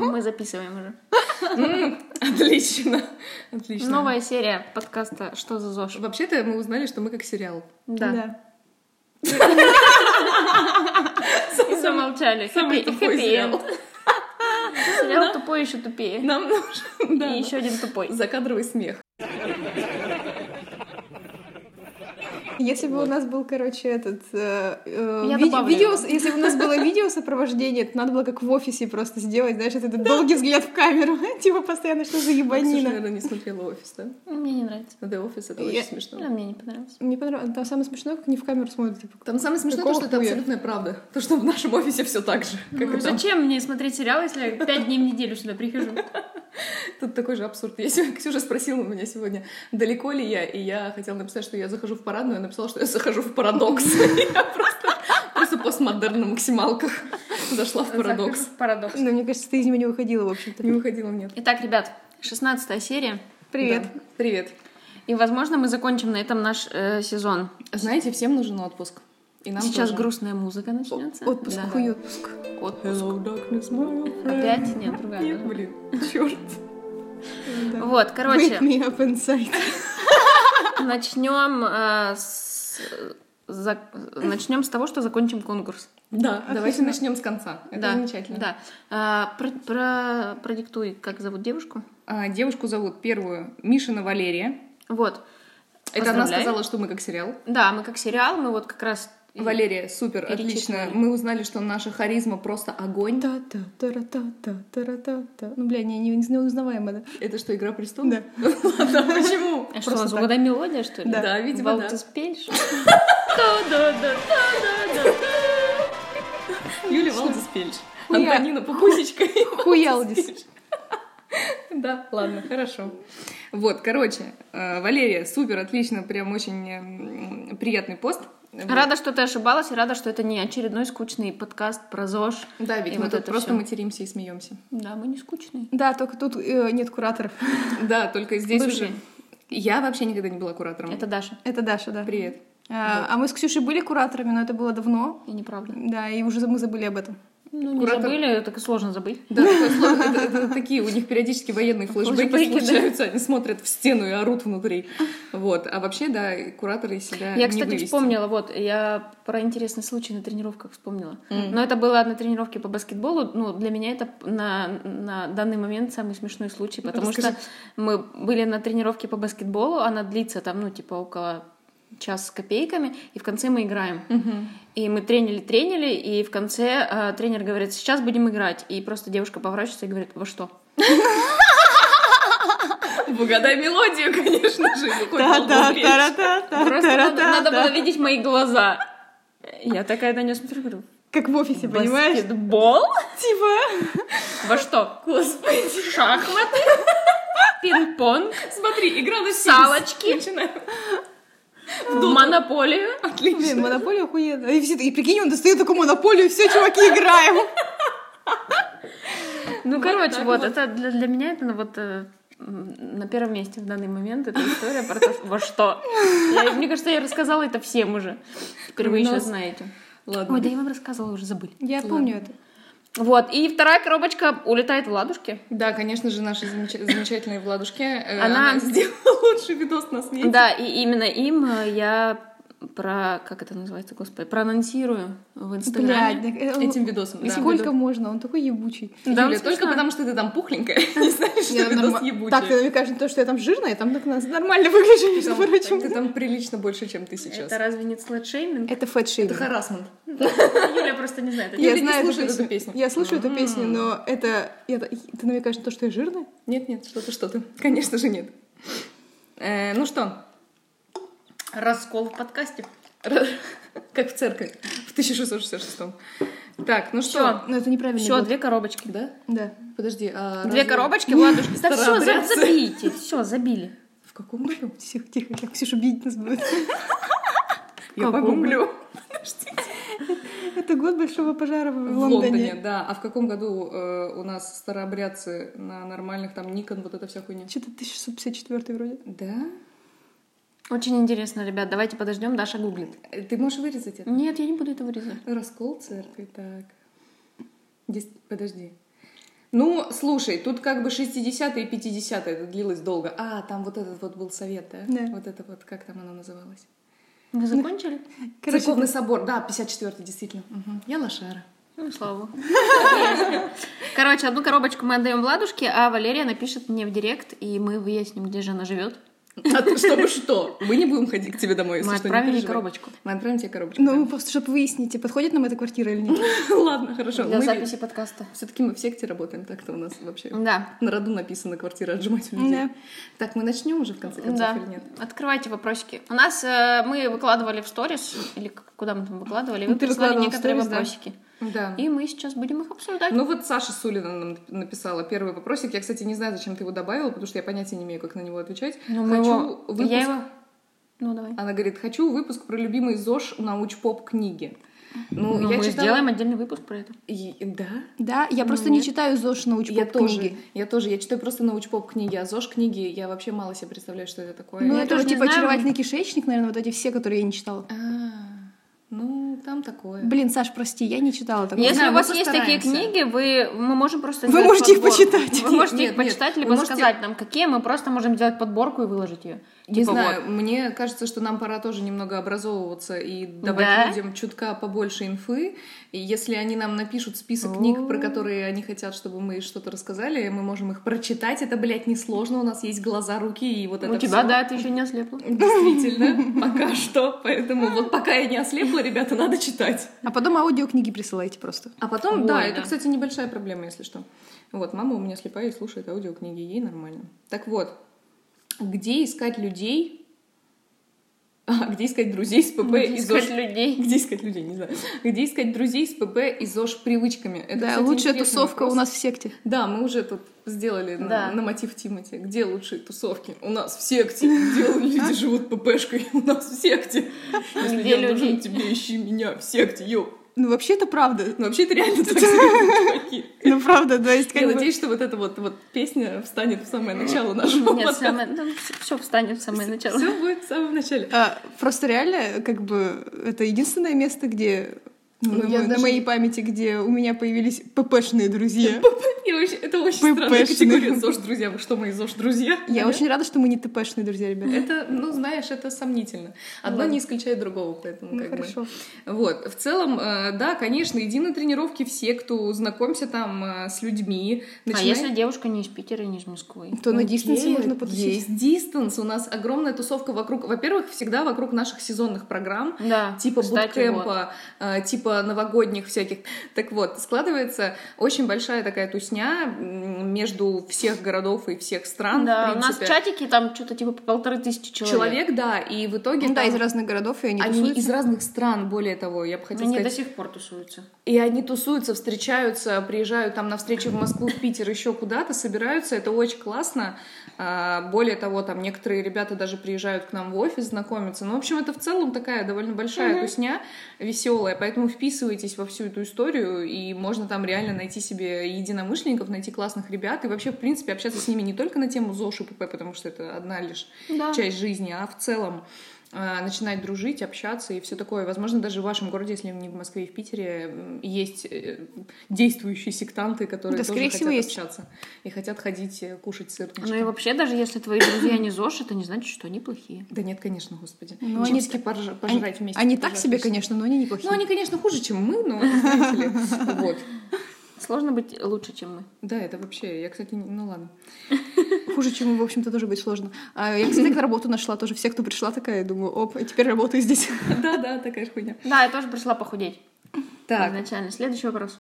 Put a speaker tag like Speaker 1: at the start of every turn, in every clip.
Speaker 1: Мы записываем уже.
Speaker 2: Отлично. Отлично.
Speaker 1: Новая серия подкаста «Что за ЗОЖ?».
Speaker 2: Вообще-то мы узнали, что мы как сериал.
Speaker 1: Да. И замолчали.
Speaker 2: Самый
Speaker 1: Хэппи-
Speaker 2: тупой
Speaker 1: хэппи
Speaker 2: сериал.
Speaker 1: энд. Сериал тупой еще тупее.
Speaker 2: Нам нужен Ну да,
Speaker 1: И еще один тупой.
Speaker 2: закадровый смех.
Speaker 3: Если бы у нас был, короче, этот... э, э,
Speaker 1: Я
Speaker 3: ви-
Speaker 1: добавлю
Speaker 3: видео,
Speaker 1: его.
Speaker 3: если бы у нас было видео сопровождение, то надо было как в офисе просто сделать, знаешь, этот долгий взгляд в камеру. Типа постоянно что за
Speaker 2: Ксюша,
Speaker 3: ебанина.
Speaker 2: наверное, не смотрела «Офис», да?
Speaker 1: Ну,
Speaker 2: А,
Speaker 1: Мне не нравится. Ну,
Speaker 2: Да, «Офис» — это
Speaker 3: Я-
Speaker 2: очень смешно.
Speaker 1: Да, мне не понравилось.
Speaker 3: Мне понравилось. Там самое смешное, как не в камеру смотрят. Типа,
Speaker 2: Там самое смешное то,
Speaker 3: Какого
Speaker 2: что это
Speaker 3: хуя?
Speaker 2: абсолютная правда. То, что в нашем офисе все так же, как
Speaker 1: Ну,
Speaker 2: и там.
Speaker 1: зачем мне смотреть сериал, если я пять дней в неделю сюда прихожу?
Speaker 2: Тут такой же абсурд. Я сегодня, Ксюша спросила у меня сегодня, далеко ли я, и я хотела написать, что я захожу в парадную, я написала, что я захожу в парадокс. Я просто, просто постмодерн на максималках зашла в парадокс.
Speaker 1: Захожу в Парадокс.
Speaker 3: ну, мне кажется, ты из него не выходила, в общем-то.
Speaker 2: Не выходила, нет.
Speaker 1: Итак, ребят, 16 серия.
Speaker 3: Привет.
Speaker 2: Да. Привет.
Speaker 1: И, возможно, мы закончим на этом наш э, сезон.
Speaker 2: Знаете, всем нужен отпуск. И нам
Speaker 1: Сейчас
Speaker 2: тоже.
Speaker 1: грустная музыка начнется.
Speaker 3: Отпуск,
Speaker 1: Да.
Speaker 3: хуй отпуск.
Speaker 1: Отпуск.
Speaker 2: Hello, darkness, my old friend.
Speaker 1: Опять? Нет, другая.
Speaker 2: Нет,
Speaker 1: да.
Speaker 2: блин, черт.
Speaker 3: Да.
Speaker 1: Вот,
Speaker 3: Wake
Speaker 1: короче,
Speaker 3: me up inside.
Speaker 1: начнем э, с... Начнем с того, что закончим конкурс.
Speaker 2: Да, давайте начнем с конца. Это
Speaker 1: да,
Speaker 2: замечательно.
Speaker 1: Да. А, про- про- продиктуй, как зовут девушку.
Speaker 2: А, девушку зовут первую Мишина Валерия.
Speaker 1: Вот.
Speaker 2: Это она
Speaker 1: Поздравляем.
Speaker 2: сказала, что мы как сериал.
Speaker 1: Да, мы как сериал, мы вот как раз... и-
Speaker 2: Валерия, супер, отлично.
Speaker 1: Перечитывали.
Speaker 2: Мы узнали, что наша харизма просто огонь.
Speaker 3: Та-та, та-ра-та-та, та-ра-та-та. Ну, бля, не, не, не узнаваемо, да?
Speaker 2: Это что, игра престолов?
Speaker 3: Да.
Speaker 2: Ладно, почему?
Speaker 1: А что, у
Speaker 3: Просто
Speaker 1: вас
Speaker 3: так.
Speaker 1: угадай мелодия, что ли?
Speaker 2: Да, видимо,
Speaker 1: Бал
Speaker 2: да.
Speaker 1: ты спеешь? Да-да-да, да-да-да.
Speaker 2: Юлия Валдис Пельш.
Speaker 3: Хуя.
Speaker 2: Антонина Пухусечка.
Speaker 3: Хуялдис.
Speaker 2: Да, ладно, хорошо. Вот, короче, э, Валерия, супер, отлично, прям очень э, м, приятный пост. Вот.
Speaker 1: Рада, что ты ошибалась, и рада, что это не очередной скучный подкаст про ЗОЖ.
Speaker 2: Да, ведь
Speaker 1: И
Speaker 2: мы
Speaker 1: вот
Speaker 2: тут
Speaker 1: это
Speaker 2: просто
Speaker 1: всё.
Speaker 2: материмся и смеемся.
Speaker 1: Да, мы не скучные.
Speaker 3: Да, только тут э, нет кураторов.
Speaker 2: Да, только здесь
Speaker 1: Бывшие.
Speaker 2: уже... Я вообще никогда не была куратором.
Speaker 1: Это Даша.
Speaker 3: Это Даша, да.
Speaker 2: Привет.
Speaker 3: А, а мы с Ксюшей были кураторами, но это было давно.
Speaker 1: И неправда.
Speaker 3: Да, и уже за- мы забыли об этом.
Speaker 1: Ну, не
Speaker 2: Куратор-
Speaker 1: забыли, так и сложно забыть.
Speaker 2: Да, такое слово. Это- это такие у них периодически военные
Speaker 1: Флешбеки,
Speaker 2: флешбеки
Speaker 1: да.
Speaker 2: случаются, они смотрят в стену и орут внутри. Вот. А вообще, да, кураторы из себя
Speaker 1: Я,
Speaker 2: не
Speaker 1: кстати,
Speaker 2: вывести.
Speaker 1: вспомнила, вот, я про интересный случай на тренировках вспомнила.
Speaker 2: М.
Speaker 1: Но это было на тренировке по баскетболу. Ну, для меня это на, на данный момент самый смешной случай, потому
Speaker 2: Расскажи.
Speaker 1: что мы были на тренировке по баскетболу, она длится там, ну, типа, около час с копейками, и в конце мы играем.
Speaker 2: Мгм.
Speaker 1: И мы тренили, тренили, и в конце э, тренер говорит, сейчас будем играть. И просто девушка поворачивается и говорит, во что?
Speaker 2: Угадай Угу. мелодию, конечно же. ну, хоть
Speaker 3: Та-та,
Speaker 2: балду речь.
Speaker 3: та-ра-та,
Speaker 1: Просто надо,
Speaker 3: та-ра-та,
Speaker 1: надо
Speaker 3: та.
Speaker 1: было видеть мои глаза. Я такая на нее смотрю, говорю,
Speaker 3: Как в офисе, понимаешь?
Speaker 1: баскетбол?
Speaker 3: Типа.
Speaker 1: Во что? Господи. Шахматы? Пинг-понг?
Speaker 2: Смотри, игра на
Speaker 1: Салочки?
Speaker 2: Начинаем.
Speaker 1: Монополию?
Speaker 3: Блин, монополия охуенно. И все такие, прикинь, он достает такую монополию, все, чуваки, играем.
Speaker 1: Ну, короче, вот, это для, для меня это ну, вот э, м, на первом месте в данный момент эта история про то, что- во что. Я- мне кажется, я рассказала это всем уже. Теперь вы еще
Speaker 2: Нас-
Speaker 1: знаете. Ой,
Speaker 2: Ладно.
Speaker 1: да я вам рассказывала, уже забыли.
Speaker 3: Я помню это.
Speaker 1: Вот, и вторая коробочка улетает в ладушке.
Speaker 2: Да, конечно же, наши замеч- замечательные Владушки. э,
Speaker 1: Она-
Speaker 2: Она сделала лучший видос на свете.
Speaker 1: Да, и именно им э, я про, как это называется, господи, проанонсирую в
Speaker 3: Блядь,
Speaker 1: Инстаграме.
Speaker 3: так, э,
Speaker 2: Этим видосом,
Speaker 3: и
Speaker 2: да.
Speaker 3: сколько можно, он такой ебучий.
Speaker 1: Да, он
Speaker 2: Юля, только
Speaker 1: смешной.
Speaker 2: потому, что ты там пухленькая, не знаешь,
Speaker 3: Я
Speaker 2: что
Speaker 3: там
Speaker 2: видос
Speaker 3: норма-
Speaker 2: ебучий.
Speaker 3: Так, ты намекаешь на то, что я там жирная, я там так нас- нормально выгляжу, между
Speaker 2: Там-
Speaker 3: прочим.
Speaker 2: Ты там прилично больше, чем ты сейчас.
Speaker 1: Это разве не сладшейминг?
Speaker 3: Это фэтшейминг.
Speaker 2: Это харасмент.
Speaker 1: Юля просто не знает.
Speaker 2: Я
Speaker 3: Я
Speaker 2: не
Speaker 3: знаю
Speaker 2: слушаю эту песню.
Speaker 3: Я слушаю эту
Speaker 2: М.
Speaker 3: песню, но это... я- Ты намекаешь на то, что я жирная?
Speaker 2: Нет, нет, что-то, что-то. Конечно же, нет. Э, ну что,
Speaker 1: Раскол в подкасте.
Speaker 2: р- как в церкви в 1666 Так, ну что?
Speaker 1: Всё.
Speaker 3: Но это неправильно.
Speaker 1: Все, две коробочки.
Speaker 2: Да?
Speaker 3: Да.
Speaker 2: Подожди, а
Speaker 1: Две
Speaker 2: разве-
Speaker 1: коробочки, ладушки. Да все,
Speaker 2: Старообрядцы.
Speaker 1: забейте. Все, забили.
Speaker 2: В каком году?
Speaker 3: Тихо, тихо, как Ксюша бить нас будет.
Speaker 2: Я
Speaker 1: каком
Speaker 2: погуглю.
Speaker 3: Это год большого пожара в,
Speaker 2: В Лондоне,
Speaker 3: Лондоне.
Speaker 2: да. А в каком году э, у нас старообрядцы на нормальных, там, Никон, вот эта вся хуйня?
Speaker 3: Что-то 1654 вроде.
Speaker 2: Да?
Speaker 1: Очень интересно, ребят. Давайте подождем. Даша гуглит.
Speaker 2: Э, Ты можешь вырезать это?
Speaker 1: Нет, я не буду это вырезать.
Speaker 2: Раскол церкви, так. Дес- Подожди. Ну, слушай, тут как бы 60-е и 50-е, это длилось долго. А, там вот этот вот был совет, да?
Speaker 3: Да.
Speaker 2: Вот это вот, как там оно называлось?
Speaker 1: Вы закончили?
Speaker 3: Короче,
Speaker 2: Церковный собор, да, 54-й, действительно. Мгм. Я лошара.
Speaker 1: Ну, слава богу. Короче, одну коробочку мы отдаем Владушке, а Валерия напишет мне в директ, и мы выясним, где же она живет.
Speaker 2: А ты чтобы что? Мы не будем ходить к тебе домой, если
Speaker 1: Мы
Speaker 2: что, не
Speaker 1: отправим ей
Speaker 2: переживай.
Speaker 1: коробочку
Speaker 2: Мы отправим тебе коробочку.
Speaker 3: Ну, просто чтобы выяснить, подходит нам эта квартира или нет.
Speaker 2: да. Ладно, хорошо.
Speaker 1: для записи подкаста.
Speaker 2: Все-таки мы в секте работаем, так-то у нас вообще
Speaker 1: Да.
Speaker 2: на роду написано квартира отжимать у людей.
Speaker 3: Да.
Speaker 2: Так, мы начнем уже в конце концов
Speaker 1: Да.
Speaker 2: или нет?
Speaker 1: Открывайте вопросики. У нас э, мы выкладывали в сторис, или к- куда мы там выкладывали, вы
Speaker 3: Ну, ты
Speaker 1: прислали
Speaker 3: выкладывала в
Speaker 1: некоторые
Speaker 3: сторис, да.
Speaker 1: вопросики.
Speaker 2: Да.
Speaker 1: И мы сейчас будем их обсуждать.
Speaker 2: Ну вот Саша Сулина нам написала первый вопросик. Я, кстати, не знаю, зачем ты его добавила, потому что я понятия не имею, как на него отвечать.
Speaker 1: Ну, мы
Speaker 2: Хочу
Speaker 1: его-
Speaker 2: выпуск-
Speaker 1: Я его... Ну, давай.
Speaker 2: Она говорит, хочу выпуск про любимый ЗОЖ науч-поп книги. Ну,
Speaker 1: Ну,
Speaker 2: я
Speaker 1: мы
Speaker 2: читала-
Speaker 1: сделаем отдельный выпуск про это.
Speaker 2: И- Да?
Speaker 3: Да, я просто не читаю ЗОЖ научпоп
Speaker 2: Ну, Я тоже,
Speaker 3: книги.
Speaker 2: я тоже, я читаю просто науч-поп книги, а ЗОЖ книги я вообще мало себе представляю, что это такое.
Speaker 3: Ну,
Speaker 1: Я
Speaker 3: это
Speaker 1: тоже
Speaker 3: же
Speaker 1: не
Speaker 3: типа
Speaker 1: знаю.
Speaker 3: очаровательный кишечник, наверное, вот эти все, которые я не читала.
Speaker 2: А, ну, там такое.
Speaker 3: Блин, Саш, прости, я не читала такого.
Speaker 1: Если
Speaker 2: знаю,
Speaker 1: у
Speaker 2: мы
Speaker 1: вас есть такие
Speaker 2: постараемся.
Speaker 1: книги, вы, мы можем просто
Speaker 3: Вы
Speaker 1: сделать
Speaker 3: можете их
Speaker 1: подборку.
Speaker 3: почитать.
Speaker 1: Вы можете
Speaker 2: Нет,
Speaker 1: их
Speaker 2: нет,
Speaker 1: почитать,
Speaker 2: вы
Speaker 1: либо
Speaker 2: можете-
Speaker 1: сказать нам, какие мы просто можем сделать подборку и выложить ее.
Speaker 2: Не знаю, мне кажется, что нам пора тоже немного образовываться и давать
Speaker 1: Да?
Speaker 2: людям чутка побольше инфы. И если они нам напишут список книг, про
Speaker 1: О.
Speaker 2: которые они хотят, чтобы мы что-то рассказали, мы можем их прочитать. Это, блядь, несложно. У нас есть глаза, руки и вот это
Speaker 1: у тебя,
Speaker 2: всё.
Speaker 1: да, это еще не ослепло.
Speaker 2: Действительно, пока что. Поэтому вот пока я не ослепла, ребята, надо читать.
Speaker 3: А потом аудиокниги присылайте просто.
Speaker 2: А потом,
Speaker 1: Ой,
Speaker 2: да,
Speaker 1: да.
Speaker 2: это, кстати, небольшая проблема, если что. Вот, мама у меня слепая и слушает аудиокниги, ей нормально. Так вот, где искать людей, А, где искать друзей с ПП и ЗОЖ?
Speaker 1: Искать Ну, людей.
Speaker 2: Где искать людей, не знаю. Где искать друзей с ПП и ЗОЖ привычками? Это,
Speaker 3: да,
Speaker 2: кстати,
Speaker 3: лучшая
Speaker 2: интересный
Speaker 3: тусовка
Speaker 2: вопрос.
Speaker 3: у нас в секте.
Speaker 2: Да, мы уже тут сделали на-
Speaker 1: Да.
Speaker 2: на, мотив Тимати. Где лучшие тусовки? У нас в секте. Где люди живут ППшкой? У нас в секте. Если
Speaker 1: Где
Speaker 2: я нужен
Speaker 1: люди?
Speaker 2: тебе, ищи меня в секте, йоу.
Speaker 3: Ну, вообще это правда.
Speaker 2: Ну, вообще это реально так чуваки.
Speaker 3: Ну, правда, да, есть
Speaker 2: Я
Speaker 3: как бы...
Speaker 2: надеюсь, что вот эта вот, вот песня встанет в самое начало нашего
Speaker 1: Нет, самое... все встанет в самое начало.
Speaker 2: Все будет в самом начале.
Speaker 3: А, просто реально, как бы, это единственное место, где... ну,
Speaker 2: Ну,
Speaker 3: на,
Speaker 2: я
Speaker 3: мо- на
Speaker 2: даже-
Speaker 3: моей памяти, где у меня появились ППшные друзья.
Speaker 2: И вообще, это очень странная
Speaker 3: ППшные.
Speaker 2: категория ЗОЖ, друзья. Вы что, мои ЗОЖ, друзья?
Speaker 3: Я очень рада, что мы не ТПшные друзья, ребята.
Speaker 2: Это, ну, знаешь, это сомнительно. Одно
Speaker 3: Ладно.
Speaker 2: не исключает другого, поэтому
Speaker 3: Ну,
Speaker 2: как бы.
Speaker 3: хорошо.
Speaker 2: Вот, в целом, э, да, конечно, иди на тренировки в секту, знакомься там э, с людьми.
Speaker 1: А
Speaker 2: начинай-
Speaker 1: если девушка не из Питера, не из Москвы?
Speaker 3: То на
Speaker 2: Ну,
Speaker 3: дистанции
Speaker 2: нет,
Speaker 3: можно потусить.
Speaker 2: Есть дистанс, у нас огромная тусовка вокруг, во-первых, всегда вокруг наших сезонных программ,
Speaker 1: Да,
Speaker 2: типа
Speaker 1: кстати, вот.
Speaker 2: буткемпа, э, типа новогодних всяких. Так вот, складывается очень большая такая тусня м, между всех городов и всех стран.
Speaker 1: Да,
Speaker 2: в
Speaker 1: у нас а, в
Speaker 2: принципе.
Speaker 1: чатике там что-то типа по полторы тысячи человек.
Speaker 2: человек, да, и в итоге
Speaker 3: Ну да,
Speaker 2: там
Speaker 3: из разных городов, и они,
Speaker 2: они
Speaker 3: тусуются.
Speaker 2: из разных стран, более того, я бы хотела
Speaker 1: Они
Speaker 2: сказать.
Speaker 1: до сих пор тусуются.
Speaker 2: И они тусуются, встречаются, приезжают там на встречи в Москву, в Питер, еще куда-то, собираются. Это очень классно. А, Более того, там некоторые ребята даже приезжают к нам в офис знакомиться. Ну, в общем, это в целом такая довольно большая тусня, веселая. Поэтому вписывайтесь во всю эту историю, и можно там реально найти себе единомышленников, найти классных ребят. И вообще, в принципе, общаться с ними не только на тему ЗОЖ и ПП, потому что это одна лишь
Speaker 1: Да.
Speaker 2: часть жизни, а в целом а, начинать дружить, общаться и все такое. Возможно, даже в вашем городе, если не в Москве и в Питере, м, есть э, действующие сектанты, которые
Speaker 3: Да,
Speaker 2: тоже
Speaker 3: скорее
Speaker 2: хотят
Speaker 3: всего, есть.
Speaker 2: общаться и хотят ходить э, кушать сыр.
Speaker 1: Ну и вообще, даже если твои друзья не ЗОЖ, это не значит, что они плохие.
Speaker 2: Да нет, конечно, господи.
Speaker 3: Ну,
Speaker 2: они
Speaker 3: они
Speaker 2: пожрать
Speaker 3: Они,
Speaker 2: вместе.
Speaker 3: они
Speaker 2: пожрать
Speaker 3: так себе,
Speaker 2: вместе.
Speaker 3: конечно, но они неплохие.
Speaker 2: Ну, они, конечно, хуже, чем мы, но знаете ли, вот.
Speaker 1: Сложно быть лучше, чем мы.
Speaker 2: Да, это вообще, я, кстати, не- ну ладно.
Speaker 3: Хуже, чем, в общем-то, тоже быть сложно. А я, кстати, так работу нашла тоже. Все, кто пришла такая, думаю, оп, а теперь работаю здесь.
Speaker 2: Да-да, такая же хуйня.
Speaker 1: Да, я тоже пришла похудеть.
Speaker 2: Так,
Speaker 1: Изначально. Следующий вопрос.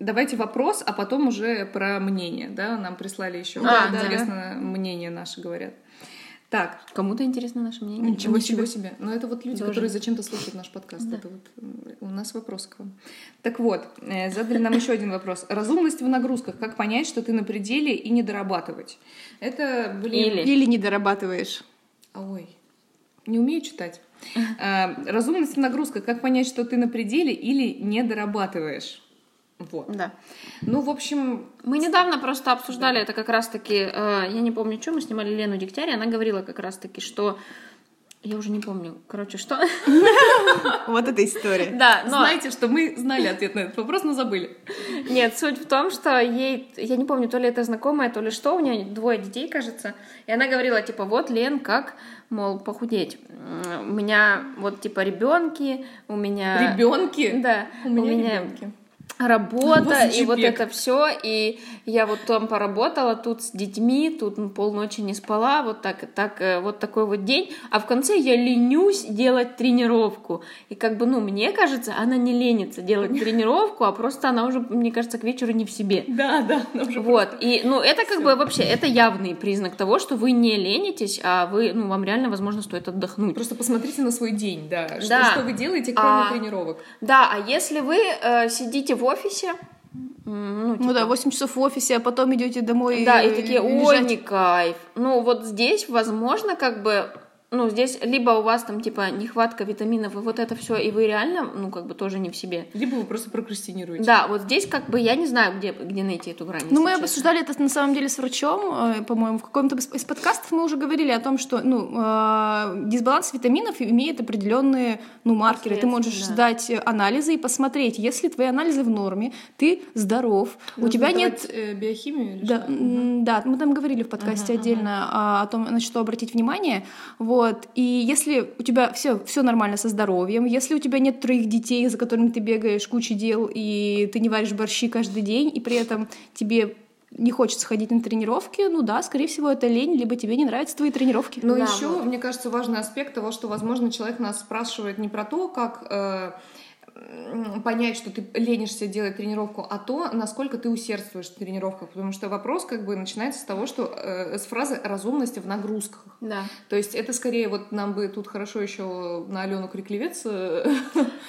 Speaker 2: давайте вопрос, а потом уже про мнение, да? Нам прислали еще
Speaker 1: А, да.
Speaker 2: интересно мнение наши говорят. Так,
Speaker 1: Кому-то интересно наше мнение?
Speaker 3: Ничего себе.
Speaker 2: Но это вот люди,
Speaker 1: Тоже.
Speaker 2: которые зачем-то слушают наш подкаст.
Speaker 1: Да.
Speaker 2: Это вот м, у нас вопрос к вам. Так вот, э, задали нам еще один вопрос. Разумность в нагрузках. Как понять, что ты на пределе и не дорабатывать? Это, блин...
Speaker 1: Или.
Speaker 3: Или не дорабатываешь.
Speaker 2: А, Ой, не умею читать. А, Разумность в нагрузках. Как понять, что ты на пределе или не дорабатываешь? Вот.
Speaker 1: Да.
Speaker 2: Ну, в общем,
Speaker 1: Мы недавно просто обсуждали это как раз-таки, э, я не помню, что мы снимали Лену Дегтярь, и она говорила как раз-таки, что Я уже не помню. Короче, что?
Speaker 3: Вот эта история.
Speaker 1: Да, но...
Speaker 2: Знаете, что мы знали ответ на этот вопрос, но забыли.
Speaker 1: Нет, суть в том, что ей, я не помню, то ли это знакомая, то ли что, у нее двое детей, кажется, и она говорила, типа, вот, Лен, как, мол, похудеть? М, У меня, вот, типа, ребенки, у меня...
Speaker 2: Ребенки.
Speaker 1: А, Да,
Speaker 2: У меня ребенки. У
Speaker 1: работа,
Speaker 2: вас
Speaker 1: и вот
Speaker 2: джипек.
Speaker 1: это все, и я вот там поработала, тут с детьми, тут ну, полночи не спала, вот так, так, э, вот такой вот день, а в конце я ленюсь делать тренировку, и как бы, ну, мне кажется, она не ленится делать тренировку, а просто она уже, мне кажется, к вечеру не в себе.
Speaker 2: Да, да, она уже
Speaker 1: Вот, и, ну, это как
Speaker 2: Всё.
Speaker 1: бы вообще, это явный признак того, что вы не ленитесь, а вы, ну, вам реально, возможно, стоит отдохнуть.
Speaker 2: Просто посмотрите на свой день, да. Что,
Speaker 1: Да.
Speaker 2: что вы делаете, кроме
Speaker 1: А.
Speaker 2: тренировок?
Speaker 1: Да, а если вы э, сидите в офисе, м, ну,
Speaker 3: Ну
Speaker 1: типа,
Speaker 3: да, 8 часов в офисе, а потом идете домой.
Speaker 1: Да,
Speaker 3: э,
Speaker 1: и такие, ой,
Speaker 3: лежать.
Speaker 1: не кайф. Ну, вот здесь, возможно, как бы, ну, здесь либо у вас там, типа, нехватка витаминов и вот это все, и вы реально, ну, как бы тоже не в себе.
Speaker 2: Либо вы просто прокрастинируете.
Speaker 1: Да, вот здесь как бы я не знаю, где, где найти эту грань. если
Speaker 3: Ну, мы
Speaker 1: честно.
Speaker 3: обсуждали это на самом деле с врачом, э, по-моему, в каком-то из из подкастов мы уже говорили о том, что ну, э, дисбаланс витаминов имеет определенные ну, маркеры. Ты
Speaker 1: Последствия,
Speaker 3: можешь
Speaker 1: да.
Speaker 3: сдать э, анализы и посмотреть, если твои анализы в норме, ты здоров, у
Speaker 2: Нужно
Speaker 3: тебя нет
Speaker 2: давать, э, биохимию или
Speaker 3: Да,
Speaker 2: что?
Speaker 3: м, да, мы там говорили в подкасте
Speaker 1: Мгм,
Speaker 3: отдельно а, о том, на что обратить внимание. Вот. И если у тебя все, все нормально со здоровьем, если у тебя нет троих детей, за которыми ты бегаешь, куча дел, и ты не варишь борщи каждый день, и при этом тебе не хочется ходить на тренировки, ну да, скорее всего, это лень, либо тебе не нравятся твои тренировки.
Speaker 2: Но
Speaker 1: Да,
Speaker 2: еще,
Speaker 1: вот.
Speaker 2: Ну, мне кажется, важный аспект того, что, возможно, человек нас спрашивает не про то, как э, м, понять, что ты ленишься делать тренировку, а то, насколько ты усердствуешь в тренировках. Потому что вопрос как бы начинается с того, что э, с фразы «разумность в нагрузках».
Speaker 1: Да.
Speaker 2: То есть это скорее вот нам бы тут хорошо еще на Алену Криклевец э,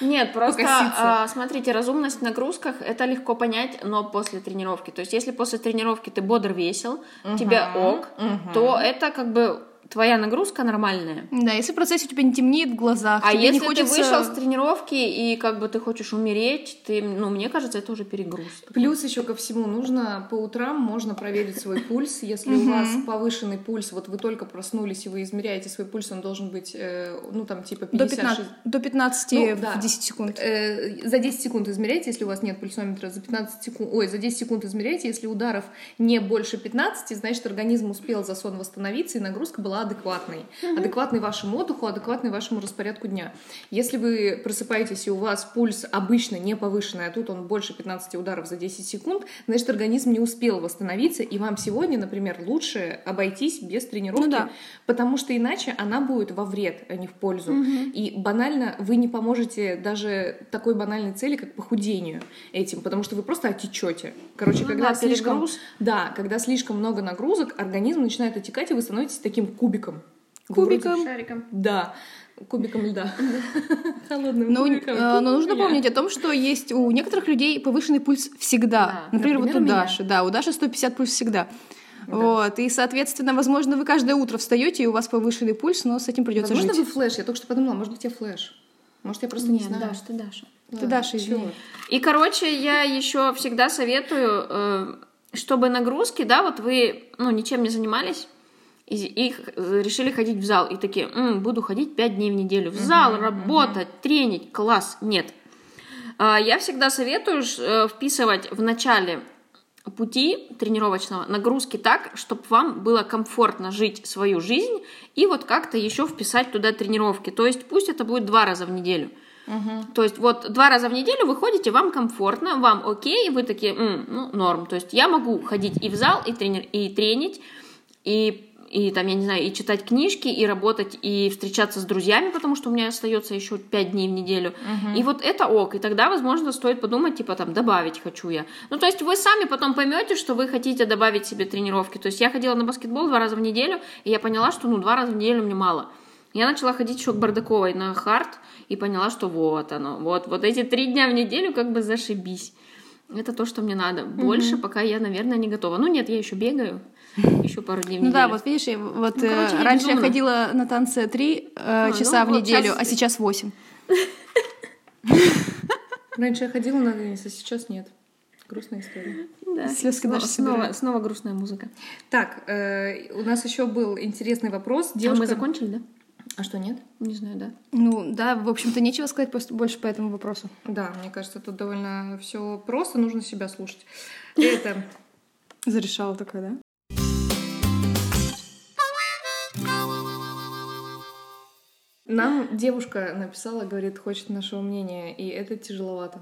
Speaker 1: Нет, просто
Speaker 2: Покоситься.
Speaker 1: а, смотрите, разумность в нагрузках это легко понять, но после тренировки. То есть, если после тренировки ты бодр весел, тебе
Speaker 2: Мгм.
Speaker 1: ок,
Speaker 2: Мгм.
Speaker 1: то это как бы твоя нагрузка нормальная.
Speaker 3: Да, если в процессе у тебя не темнеет в глазах,
Speaker 1: А
Speaker 3: тебе
Speaker 1: если
Speaker 3: не
Speaker 1: ты
Speaker 3: хочется...
Speaker 1: вышел с тренировки и как бы ты хочешь умереть, ты, ну, мне кажется, это уже перегруз.
Speaker 2: Плюс еще ко всему нужно по утрам можно проверить свой пульс. Если у
Speaker 3: Мгм.
Speaker 2: вас повышенный пульс, вот вы только проснулись и вы измеряете свой пульс, он должен быть, э, ну там типа
Speaker 3: до
Speaker 2: 56.
Speaker 3: 15, до 15
Speaker 2: Ну,
Speaker 3: в
Speaker 2: да.
Speaker 3: 10 секунд.
Speaker 2: Э, за 10 секунд измеряйте, если у вас нет пульсометра, за 15 секунд, ой, за 10 секунд измеряйте, если ударов не больше 15, значит, организм успел за сон восстановиться, и нагрузка была адекватной. Адекватной вашему отдыху, адекватной вашему распорядку дня. Если вы просыпаетесь, и у вас пульс обычно не повышенный, а тут он больше 15 ударов за 10 секунд, значит, организм не успел восстановиться, и вам сегодня, например, лучше обойтись без тренировки,
Speaker 3: Ну да.
Speaker 2: потому что иначе она будет во вред, а не в пользу. И банально вы не поможете даже такой банальной цели, как похудению этим, потому что вы просто отечете. Короче,
Speaker 1: Ну
Speaker 2: когда
Speaker 1: да,
Speaker 2: слишком,
Speaker 1: перегруз.
Speaker 2: да, когда слишком много нагрузок, организм начинает отекать, и вы становитесь таким кубиком.
Speaker 3: Кубиком.
Speaker 2: Вроде- Да, кубиком льда. Холодным
Speaker 3: Ну,
Speaker 2: кубиком.
Speaker 3: э, но нужно
Speaker 2: Кубиком льда.
Speaker 3: помнить о том, что есть у некоторых людей повышенный пульс всегда.
Speaker 1: Да.
Speaker 3: Например, вот
Speaker 2: Например,
Speaker 3: у
Speaker 2: у меня.
Speaker 3: Даши. Да, у Даши 150 пульс всегда.
Speaker 2: Да.
Speaker 3: Вот, и, соответственно, возможно, вы каждое утро встаете, и у вас повышенный пульс, но с этим придется
Speaker 2: Возможно, вы
Speaker 3: жить.
Speaker 2: флеш. Я только что подумала, может быть, я флеш. Может, я просто не
Speaker 1: Нет,
Speaker 2: знаю.
Speaker 1: Даш, ну ты Даша.
Speaker 3: Ты Даша,
Speaker 2: чего?
Speaker 3: извини.
Speaker 1: И, короче, я еще всегда советую, э, чтобы нагрузки, да, вот вы, ну, ничем не занимались, и, и х- решили ходить в зал, и такие, «М, буду ходить 5 дней в неделю в зал, работать, тренить, класс, нет. А, я всегда советую ш- э, вписывать в начале пути тренировочного нагрузки так, чтобы вам было комфортно жить свою жизнь и вот как-то еще вписать туда тренировки. То есть пусть это будет два раза в неделю.
Speaker 2: Мгм.
Speaker 1: То есть вот два раза в неделю вы ходите, вам комфортно, вам окей, и вы такие, «М, ну, норм. То есть я могу ходить и в зал, и, тренер, и тренить, и, и там, я не знаю, и читать книжки, и работать, и встречаться с друзьями, потому что у меня остается еще пять дней в неделю. И вот это ок. И тогда, возможно, стоит подумать, типа, там, добавить хочу я. Ну, то есть вы сами потом поймете, что вы хотите добавить себе тренировки. То есть я ходила на баскетбол два раза в неделю, и я поняла, что, ну, два раза в неделю мне мало. Я начала ходить еще к Бардаковой на хард и поняла, что вот оно, вот, вот эти три дня в неделю как бы зашибись. Это то, что мне надо. Больше пока я, наверное, не готова. Ну нет, я еще бегаю, еще пару дней в
Speaker 3: Ну да,
Speaker 1: неделю.
Speaker 3: вот видишь, я вот
Speaker 1: Ну,
Speaker 3: э,
Speaker 1: короче, я
Speaker 3: раньше я
Speaker 1: безумна.
Speaker 3: ходила на танцы 3
Speaker 1: А,
Speaker 3: часа
Speaker 1: ну
Speaker 3: в
Speaker 1: вот
Speaker 3: неделю,
Speaker 1: щас-
Speaker 3: а сейчас 8.
Speaker 2: Раньше я ходила на теннис, а сейчас нет. Грустная история.
Speaker 1: Да.
Speaker 3: слезки
Speaker 1: снова,
Speaker 3: даже
Speaker 1: снова,
Speaker 3: собираю.
Speaker 1: снова грустная музыка.
Speaker 2: Так, э, у нас еще был интересный вопрос.
Speaker 1: А
Speaker 2: Девушка,
Speaker 1: мы закончили, да?
Speaker 2: А что, нет?
Speaker 1: Не знаю, да.
Speaker 3: Ну да, в общем-то, нечего сказать просто больше по этому вопросу.
Speaker 2: Да, мне кажется, тут довольно все просто, нужно себя слушать. Это
Speaker 3: Зарешала такая, да?
Speaker 2: нам девушка написала, говорит, хочет нашего мнения, и это тяжеловато.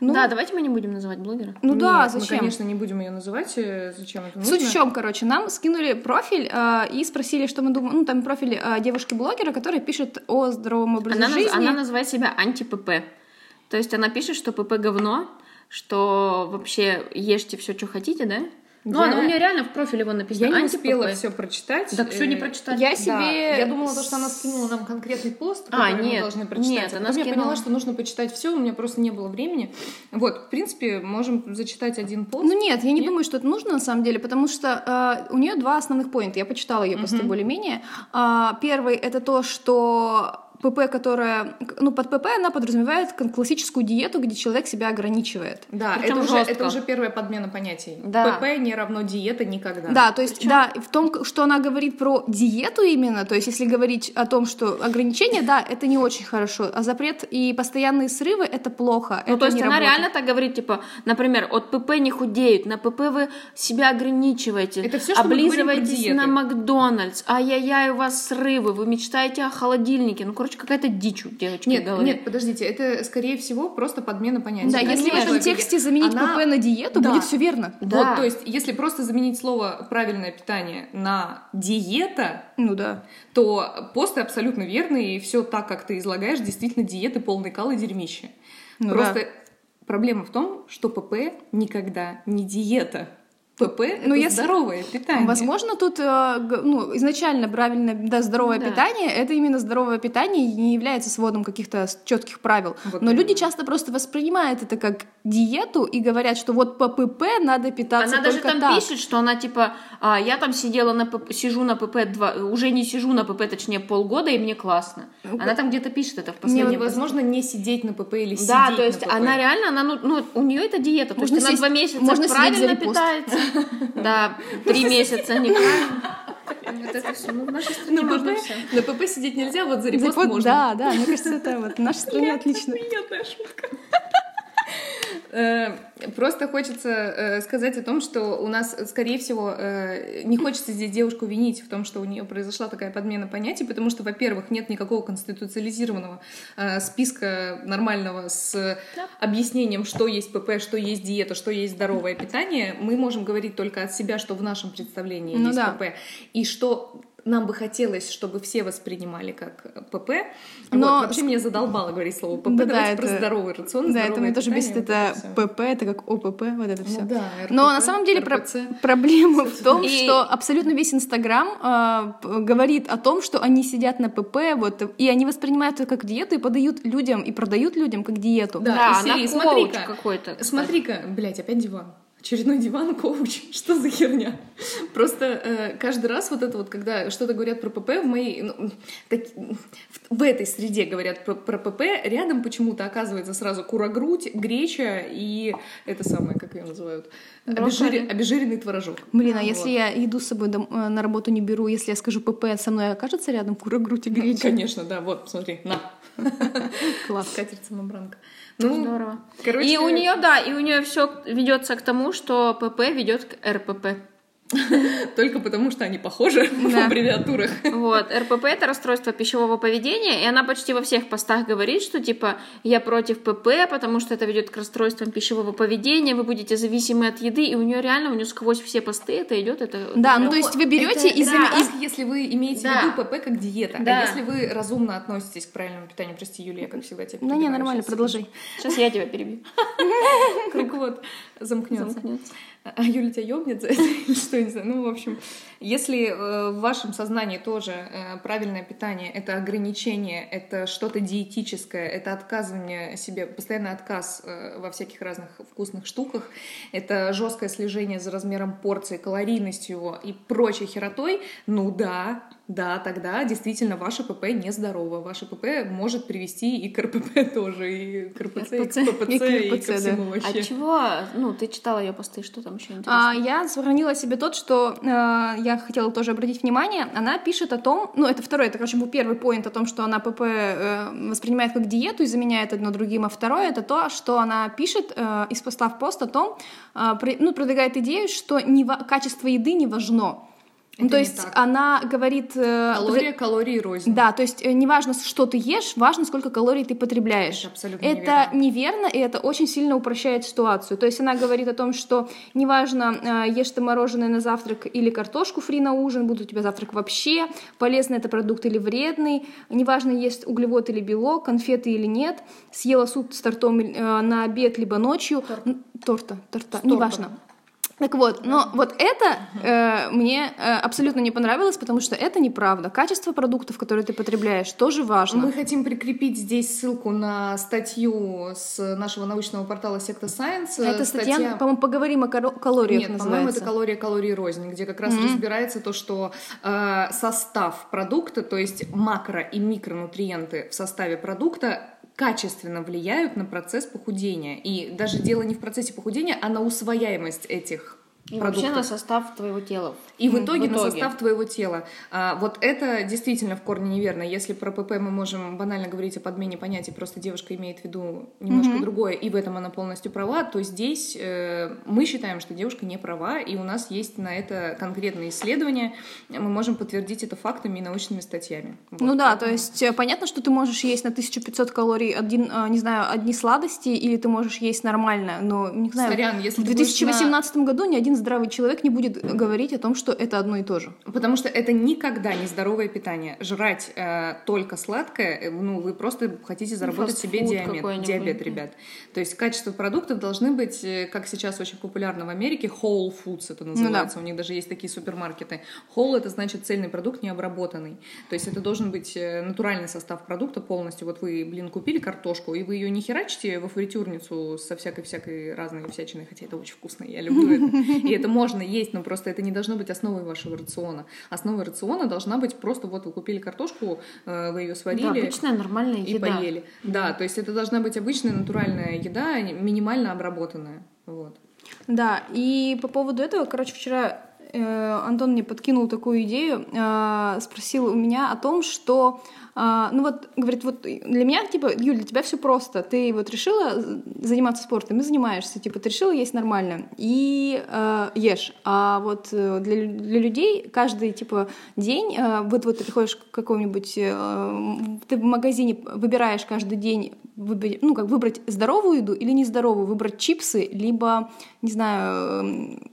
Speaker 3: Ну,
Speaker 1: Да, давайте мы не будем называть блогера.
Speaker 3: ну да,
Speaker 2: Нет, Мы,
Speaker 3: зачем?
Speaker 2: конечно, не будем ее называть, э, зачем это нужно.
Speaker 3: Суть в чем, короче, нам скинули профиль э, и спросили, что мы думаем. Ну, там профиль э, девушки-блогера, которая пишет о здоровом образе
Speaker 1: Она, наз-
Speaker 3: жизни.
Speaker 1: она называет себя анти-ПП. То есть она пишет, что ПП говно, что вообще ешьте все, что хотите, да? Ну,
Speaker 2: Я-
Speaker 1: она- у нее реально в профиле вон написано
Speaker 2: Я не
Speaker 1: «Анти-ПП». Ну,
Speaker 2: успела все прочитать.
Speaker 1: Так все не
Speaker 2: э,
Speaker 1: прочитали.
Speaker 3: Я
Speaker 2: Да,
Speaker 3: себе...
Speaker 2: Я думала, то, что она скинула нам конкретный пост,
Speaker 1: А,
Speaker 2: который мы
Speaker 1: нет,
Speaker 2: должны прочитать.
Speaker 1: нет,
Speaker 2: А
Speaker 1: она
Speaker 2: потом я
Speaker 1: скинула.
Speaker 2: поняла, что нужно почитать все, у меня просто не было времени. Вот, в принципе, можем зачитать один пост.
Speaker 3: Ну нет, я не
Speaker 2: Нет?
Speaker 3: думаю, что это нужно на самом деле, потому что э, у нее два основных поинта. Я почитала ее посты
Speaker 2: Мгм.
Speaker 3: более-менее. А, первый это то, что ПП, которая, ну под ПП она подразумевает кон- классическую диету, где человек себя ограничивает.
Speaker 2: да,
Speaker 1: Причём
Speaker 2: это уже,
Speaker 1: жёстко.
Speaker 2: это уже первая подмена понятий.
Speaker 1: Да.
Speaker 2: ПП не равно диета никогда.
Speaker 3: Да, то есть, да, и в том, к- что она говорит про диету именно, то есть, если говорить о том, что ограничения, да, это не очень хорошо, а запрет и постоянные срывы это плохо.
Speaker 1: Ну,
Speaker 3: это
Speaker 1: то есть
Speaker 3: не
Speaker 1: она
Speaker 3: работает.
Speaker 1: реально так говорит, типа, например, от ПП не худеют, на ПП вы себя ограничиваете,
Speaker 2: Это всё, что мы говорим про
Speaker 1: облизываетесь
Speaker 2: диеты.
Speaker 1: на Макдональдс, ай-яй-яй, у вас срывы, вы мечтаете о холодильнике. Ну, короче, какая-то дичь у девочки
Speaker 2: Нет,
Speaker 1: говорит.
Speaker 2: нет, подождите, это, скорее всего, просто подмена понятий.
Speaker 3: Да, если в
Speaker 1: Конечно.
Speaker 3: этом тексте заменить
Speaker 2: Она-
Speaker 3: ПП на диету,
Speaker 2: Да.
Speaker 3: будет все верно.
Speaker 1: Да.
Speaker 2: Вот, то есть, если просто заменить слово «правильное питание» на «диета»,
Speaker 3: Ну да.
Speaker 2: то посты абсолютно верные, и все так, как ты излагаешь, действительно диеты полный кал и дерьмище.
Speaker 3: Ну
Speaker 2: Просто проблема в том, что ПП никогда не диета. ПП — это
Speaker 3: Ну, если-
Speaker 2: здоровое питание.
Speaker 3: Возможно, тут э, г- ну, изначально правильно, да, здоровое
Speaker 1: Да.
Speaker 3: питание, это именно здоровое питание и не является сводом каких-то четких правил.
Speaker 2: Вот
Speaker 3: Но люди
Speaker 2: именно.
Speaker 3: часто просто воспринимают это как диету и говорят, что вот по ПП надо питаться
Speaker 1: Она даже
Speaker 3: только
Speaker 1: там
Speaker 3: так.
Speaker 1: пишет, что она типа, «А, я там сидела на ПП, сижу на ПП два, уже не сижу на ПП, точнее полгода, и мне классно.
Speaker 3: Ну,
Speaker 1: Она там где-то пишет это в
Speaker 2: Мне
Speaker 1: последнем.
Speaker 2: невозможно не сидеть на ПП или сидеть
Speaker 1: Да, то есть
Speaker 2: на ПП.
Speaker 1: она реально, она, ну, ну, у нее это диета, то
Speaker 3: Можно
Speaker 1: есть она
Speaker 3: сесть-
Speaker 1: два месяца
Speaker 3: можно сидеть за
Speaker 1: правильно
Speaker 3: репост.
Speaker 1: питается, да, три месяца неправильно. Вот это все, ну, в нашей стране
Speaker 2: На
Speaker 1: можно
Speaker 2: ПП,
Speaker 1: всё.
Speaker 2: на ПП сидеть нельзя, вот за
Speaker 3: За
Speaker 2: репост
Speaker 3: репост-
Speaker 2: можно.
Speaker 3: Типа, Да, да, мне кажется, это вот в нашей стране отлично.
Speaker 2: Приятная шутка. Э, Просто хочется э, сказать о том, что у нас, скорее всего, э, не хочется здесь девушку винить в том, что у нее произошла такая подмена понятий, потому что, во-первых, нет никакого конституциализированного э, списка нормального с
Speaker 1: Да.
Speaker 2: объяснением, что есть ПП, что есть диета, что есть здоровое питание. Мы можем говорить только от себя, что в нашем представлении
Speaker 3: Ну
Speaker 2: есть
Speaker 3: да.
Speaker 2: ПП. И что нам бы хотелось, чтобы все воспринимали как э, ПП.
Speaker 3: Но-
Speaker 2: Но вообще меня задолбало говорить слово ПП.
Speaker 3: Да-да,
Speaker 2: Давайте
Speaker 3: это-
Speaker 2: про здоровый рацион.
Speaker 3: Да, это
Speaker 2: здоровое
Speaker 3: меня тоже бесит,
Speaker 2: питание,
Speaker 3: это
Speaker 2: вот всё.
Speaker 3: ПП, это как ОПП, вот это все.
Speaker 2: Ну да,
Speaker 3: Но
Speaker 2: РПП,
Speaker 3: на самом деле про-
Speaker 2: РПЦ.
Speaker 3: проблема в
Speaker 2: ну
Speaker 3: том,
Speaker 1: И-
Speaker 3: что абсолютно весь Инстаграм а, п- говорит о том, что они сидят на ПП, вот, и они воспринимают это как диету и подают людям, и продают людям как диету.
Speaker 2: Да,
Speaker 1: Да,
Speaker 2: из
Speaker 1: она
Speaker 2: серии,
Speaker 1: коуч
Speaker 2: смотри-ка,
Speaker 1: какой-то. кстати.
Speaker 2: Смотри-ка, блядь, опять диван. Очередной диван, коуч. Что за херня? Просто э, каждый раз вот это вот, когда что-то говорят про ПП, в моей... ну, так- в, в этой среде говорят про, про ПП, рядом почему-то оказывается сразу курогрудь, греча и это самое, как ее называют,
Speaker 1: Брокколи.
Speaker 2: обезжире- обезжиренный творожок.
Speaker 3: Блин, а
Speaker 2: Вот.
Speaker 3: если я еду с собой дом- э, на работу не беру, если я скажу ПП, со мной окажется рядом кура грудь и греча?
Speaker 2: Конечно, да, вот, смотри, на.
Speaker 3: Класс.
Speaker 2: Скатерть самобранка. Ну,
Speaker 1: Здорово.
Speaker 2: короче...
Speaker 1: И у нее, да, и у нее все ведется к тому, что ПП ведет к РПП.
Speaker 2: Только потому, что они похожи
Speaker 3: Да.
Speaker 2: в аббревиатурах.
Speaker 1: Вот, РПП это расстройство пищевого поведения, и она почти во всех постах говорит, что типа я против ПП, потому что это ведет к расстройствам пищевого поведения, вы будете зависимы от еды, и у нее реально, у нее сквозь все посты это идет, это...
Speaker 3: Да, ну то есть вы берете
Speaker 2: Это
Speaker 3: и заме-
Speaker 2: так,
Speaker 3: из-
Speaker 2: а если вы имеете
Speaker 1: Да.
Speaker 2: в виду ПП как диета,
Speaker 1: Да.
Speaker 2: а если вы разумно относитесь к правильному питанию, прости, Юлия, как всегда тебе.
Speaker 3: Да Ну, не,
Speaker 2: перебиваю
Speaker 3: нормально,
Speaker 2: сейчас.
Speaker 3: продолжай.
Speaker 1: Сейчас я тебя перебью.
Speaker 2: Круг вот замкнется.
Speaker 1: Замкнется.
Speaker 2: А Юля тебя ёбнет за это или что, не знаю. Ну, в общем, если э, в вашем сознании тоже э, правильное питание — это ограничение, это что-то диетическое, это отказывание себе, постоянный отказ э, во всяких разных вкусных штуках, это жесткое слежение за размером порции, калорийностью и прочей херотой, ну да, да, тогда действительно ваше ПП нездорово. Ваше ПП может привести и к РПП тоже, и к РПЦ, и к
Speaker 1: И
Speaker 2: ППЦ, и ко
Speaker 3: РПЦ, да.
Speaker 2: всему
Speaker 1: А
Speaker 2: вообще.
Speaker 1: чего? Ну, ты читала ее посты, что там еще интересно?
Speaker 3: А, я сохранила себе тот, что э, я я хотела тоже обратить внимание, она пишет о том, ну это второй, это, короче, был первый поинт о том, что она ПП э, воспринимает как диету и заменяет одно другим, а второе это то, что она пишет э, из поста в пост о том, э, про- ну продвигает идею, что не ва- качество еды не важно. Ну,
Speaker 2: Это
Speaker 3: то
Speaker 2: не
Speaker 3: есть
Speaker 2: так.
Speaker 3: она говорит... э,
Speaker 2: Калория, калории рознь.
Speaker 3: Да, то есть э, неважно, что ты ешь, важно, сколько калорий ты потребляешь.
Speaker 2: Это абсолютно
Speaker 3: Это
Speaker 2: неверно.
Speaker 3: неверно, и это очень сильно упрощает ситуацию. То есть она говорит о том, что неважно, э, ешь ты мороженое на завтрак или картошку фри на ужин, будет у тебя завтрак вообще, полезный это продукт или вредный, неважно, есть углевод или белок, конфеты или нет, съела суп с тортом э, на обед либо ною, Н- торта, торта,
Speaker 2: тортом.
Speaker 3: неважно. Так вот, но вот это э, мне э, абсолютно не понравилось, потому что это неправда. Качество продуктов, которые ты потребляешь, тоже важно.
Speaker 2: Мы хотим прикрепить здесь ссылку на статью с нашего научного портала Секта Science.
Speaker 3: Это Э, статья, по-моему, поговорим о коро- калориях
Speaker 2: Нет, по-моему,
Speaker 3: называется.
Speaker 2: это калория калории рознь, где как раз
Speaker 3: Мгм.
Speaker 2: разбирается то, что э, состав продукта, то есть макро и микронутриенты в составе продукта качественно влияют на процесс похудения. И даже дело не в процессе похудения, а на усвояемость этих
Speaker 1: И
Speaker 2: продуктов.
Speaker 1: вообще на состав твоего тела.
Speaker 2: И в
Speaker 1: Ну,
Speaker 2: итоге, на состав твоего тела. А, вот это действительно в корне неверно. Если про ПП мы можем банально говорить о подмене понятий, просто девушка имеет в виду немножко
Speaker 3: Мгм.
Speaker 2: другое, и в этом она полностью права, то здесь э, мы считаем, что девушка не права, и у нас есть на это конкретные исследования. Мы можем подтвердить это фактами и научными статьями. Вот.
Speaker 3: Ну да, то
Speaker 2: Поэтому-
Speaker 3: есть э, понятно, что ты можешь есть на 1500 калорий один, э, не знаю, одни сладости, или ты можешь есть нормально, но не знаю.
Speaker 2: Сорян, если
Speaker 3: в
Speaker 2: ты будешь на-
Speaker 3: 2018 году ни один здравый человек не будет говорить о том, что это одно и то же.
Speaker 2: Потому что это никогда не здоровое питание. Жрать э, только сладкое, э, ну, вы просто хотите заработать себе
Speaker 1: Фастфуд
Speaker 2: диабет,
Speaker 1: какой-нибудь.
Speaker 2: диабет, ребят. То есть качество продуктов должны быть, э, как сейчас очень популярно в Америке, whole foods это называется. У них даже есть такие супермаркеты. Whole это значит цельный продукт, необработанный. То есть это должен быть э, натуральный состав продукта полностью. Вот вы, блин, купили картошку, и вы ее не херачите во фритюрницу со всякой-всякой разной всячиной, хотя это очень вкусно, я люблю это. И это можно есть, но просто это не должно быть основой вашего рациона. Основой рациона должна быть просто вот вы купили картошку, э, вы ее
Speaker 1: Да,
Speaker 2: сварили.
Speaker 1: обычная нормальная
Speaker 2: и
Speaker 1: еда.
Speaker 2: поели. Да, то есть это должна быть обычная натуральная еда, а минимально обработанная. Вот.
Speaker 3: Да, и по поводу этого, короче, вчера э, Антон мне подкинул такую идею, э, спросил у меня о том, что, э, ну вот, говорит, вот для меня, типа, Юль, для тебя все просто, ты вот решила заниматься спортом и занимаешься, типа, ты решила есть нормально и э, ешь, а вот э, для, лю- для людей каждый, типа, день, э, вот, вот ты приходишь к какому-нибудь, э, ты в магазине выбираешь каждый день, выбер- ну, как выбрать здоровую еду или нездоровую, выбрать чипсы, либо не знаю, эм,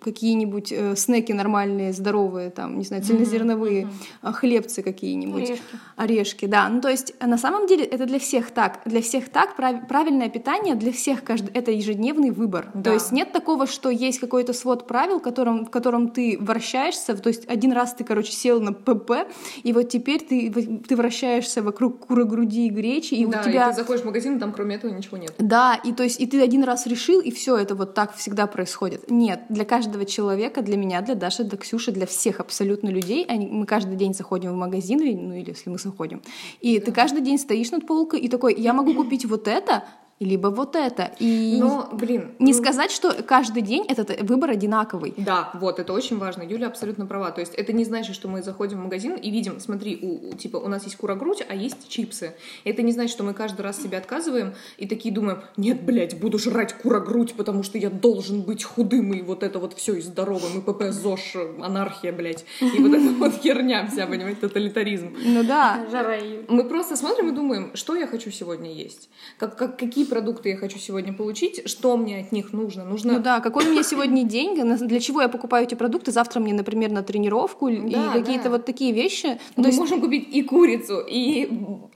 Speaker 3: какие-нибудь э, снеки нормальные, здоровые, там, не знаю, цельнозерновые, а, хлебцы какие-нибудь, орешки. да. Ну, то есть, э, на самом деле, это для всех так. Для всех так, прав- правильное питание для всех, кажд- это ежедневный выбор.
Speaker 2: Да.
Speaker 3: То есть, нет такого, что есть какой-то свод правил, которым, в котором ты вращаешься, то есть, один раз ты, короче, сел на ПП, и вот теперь ты, в- ты вращаешься вокруг куры груди и гречи, и
Speaker 2: да,
Speaker 3: у тебя...
Speaker 2: и ты заходишь в магазин, и там кроме этого ничего нет.
Speaker 3: Да, и то есть и ты один раз решил, и все это вот так всегда происходит. Нет, для каждого человека, для меня, для Даши, для Ксюши, для всех абсолютно людей, они- мы каждый день заходим в магазин, или, ну или если мы заходим, и ты каждый день стоишь над полкой и такой, я могу купить вот это, либо вот это, и
Speaker 2: Но, блин,
Speaker 3: не
Speaker 2: ну,
Speaker 3: сказать, что каждый день этот выбор одинаковый.
Speaker 2: Да, вот, это очень важно. Юля абсолютно права. То есть это не значит, что мы заходим в магазин и видим, смотри, у, у- типа у нас есть кура-грудь, а есть чипсы. Это не значит, что мы каждый раз себе отказываем и такие думаем, нет, блядь, буду жрать кура-грудь, потому что я должен быть худым, и вот это вот все и здоровым, и ПП ЗОЖ, анархия, блядь. И вот эта вот херня вся, понимаете, тоталитаризм.
Speaker 3: Ну да,
Speaker 1: Жара июля.
Speaker 2: Мы просто смотрим и думаем, что я хочу сегодня есть, как, как, какие продукты я хочу сегодня получить, что мне от них нужно. Нужно
Speaker 3: Ну да, какой у меня сегодня день, на- для чего я покупаю эти продукты, завтра мне, например, на тренировку и
Speaker 2: Да,
Speaker 3: какие-то
Speaker 2: да.
Speaker 3: вот такие вещи. Ну,
Speaker 2: Мы
Speaker 3: то есть
Speaker 2: можем купить и курицу, и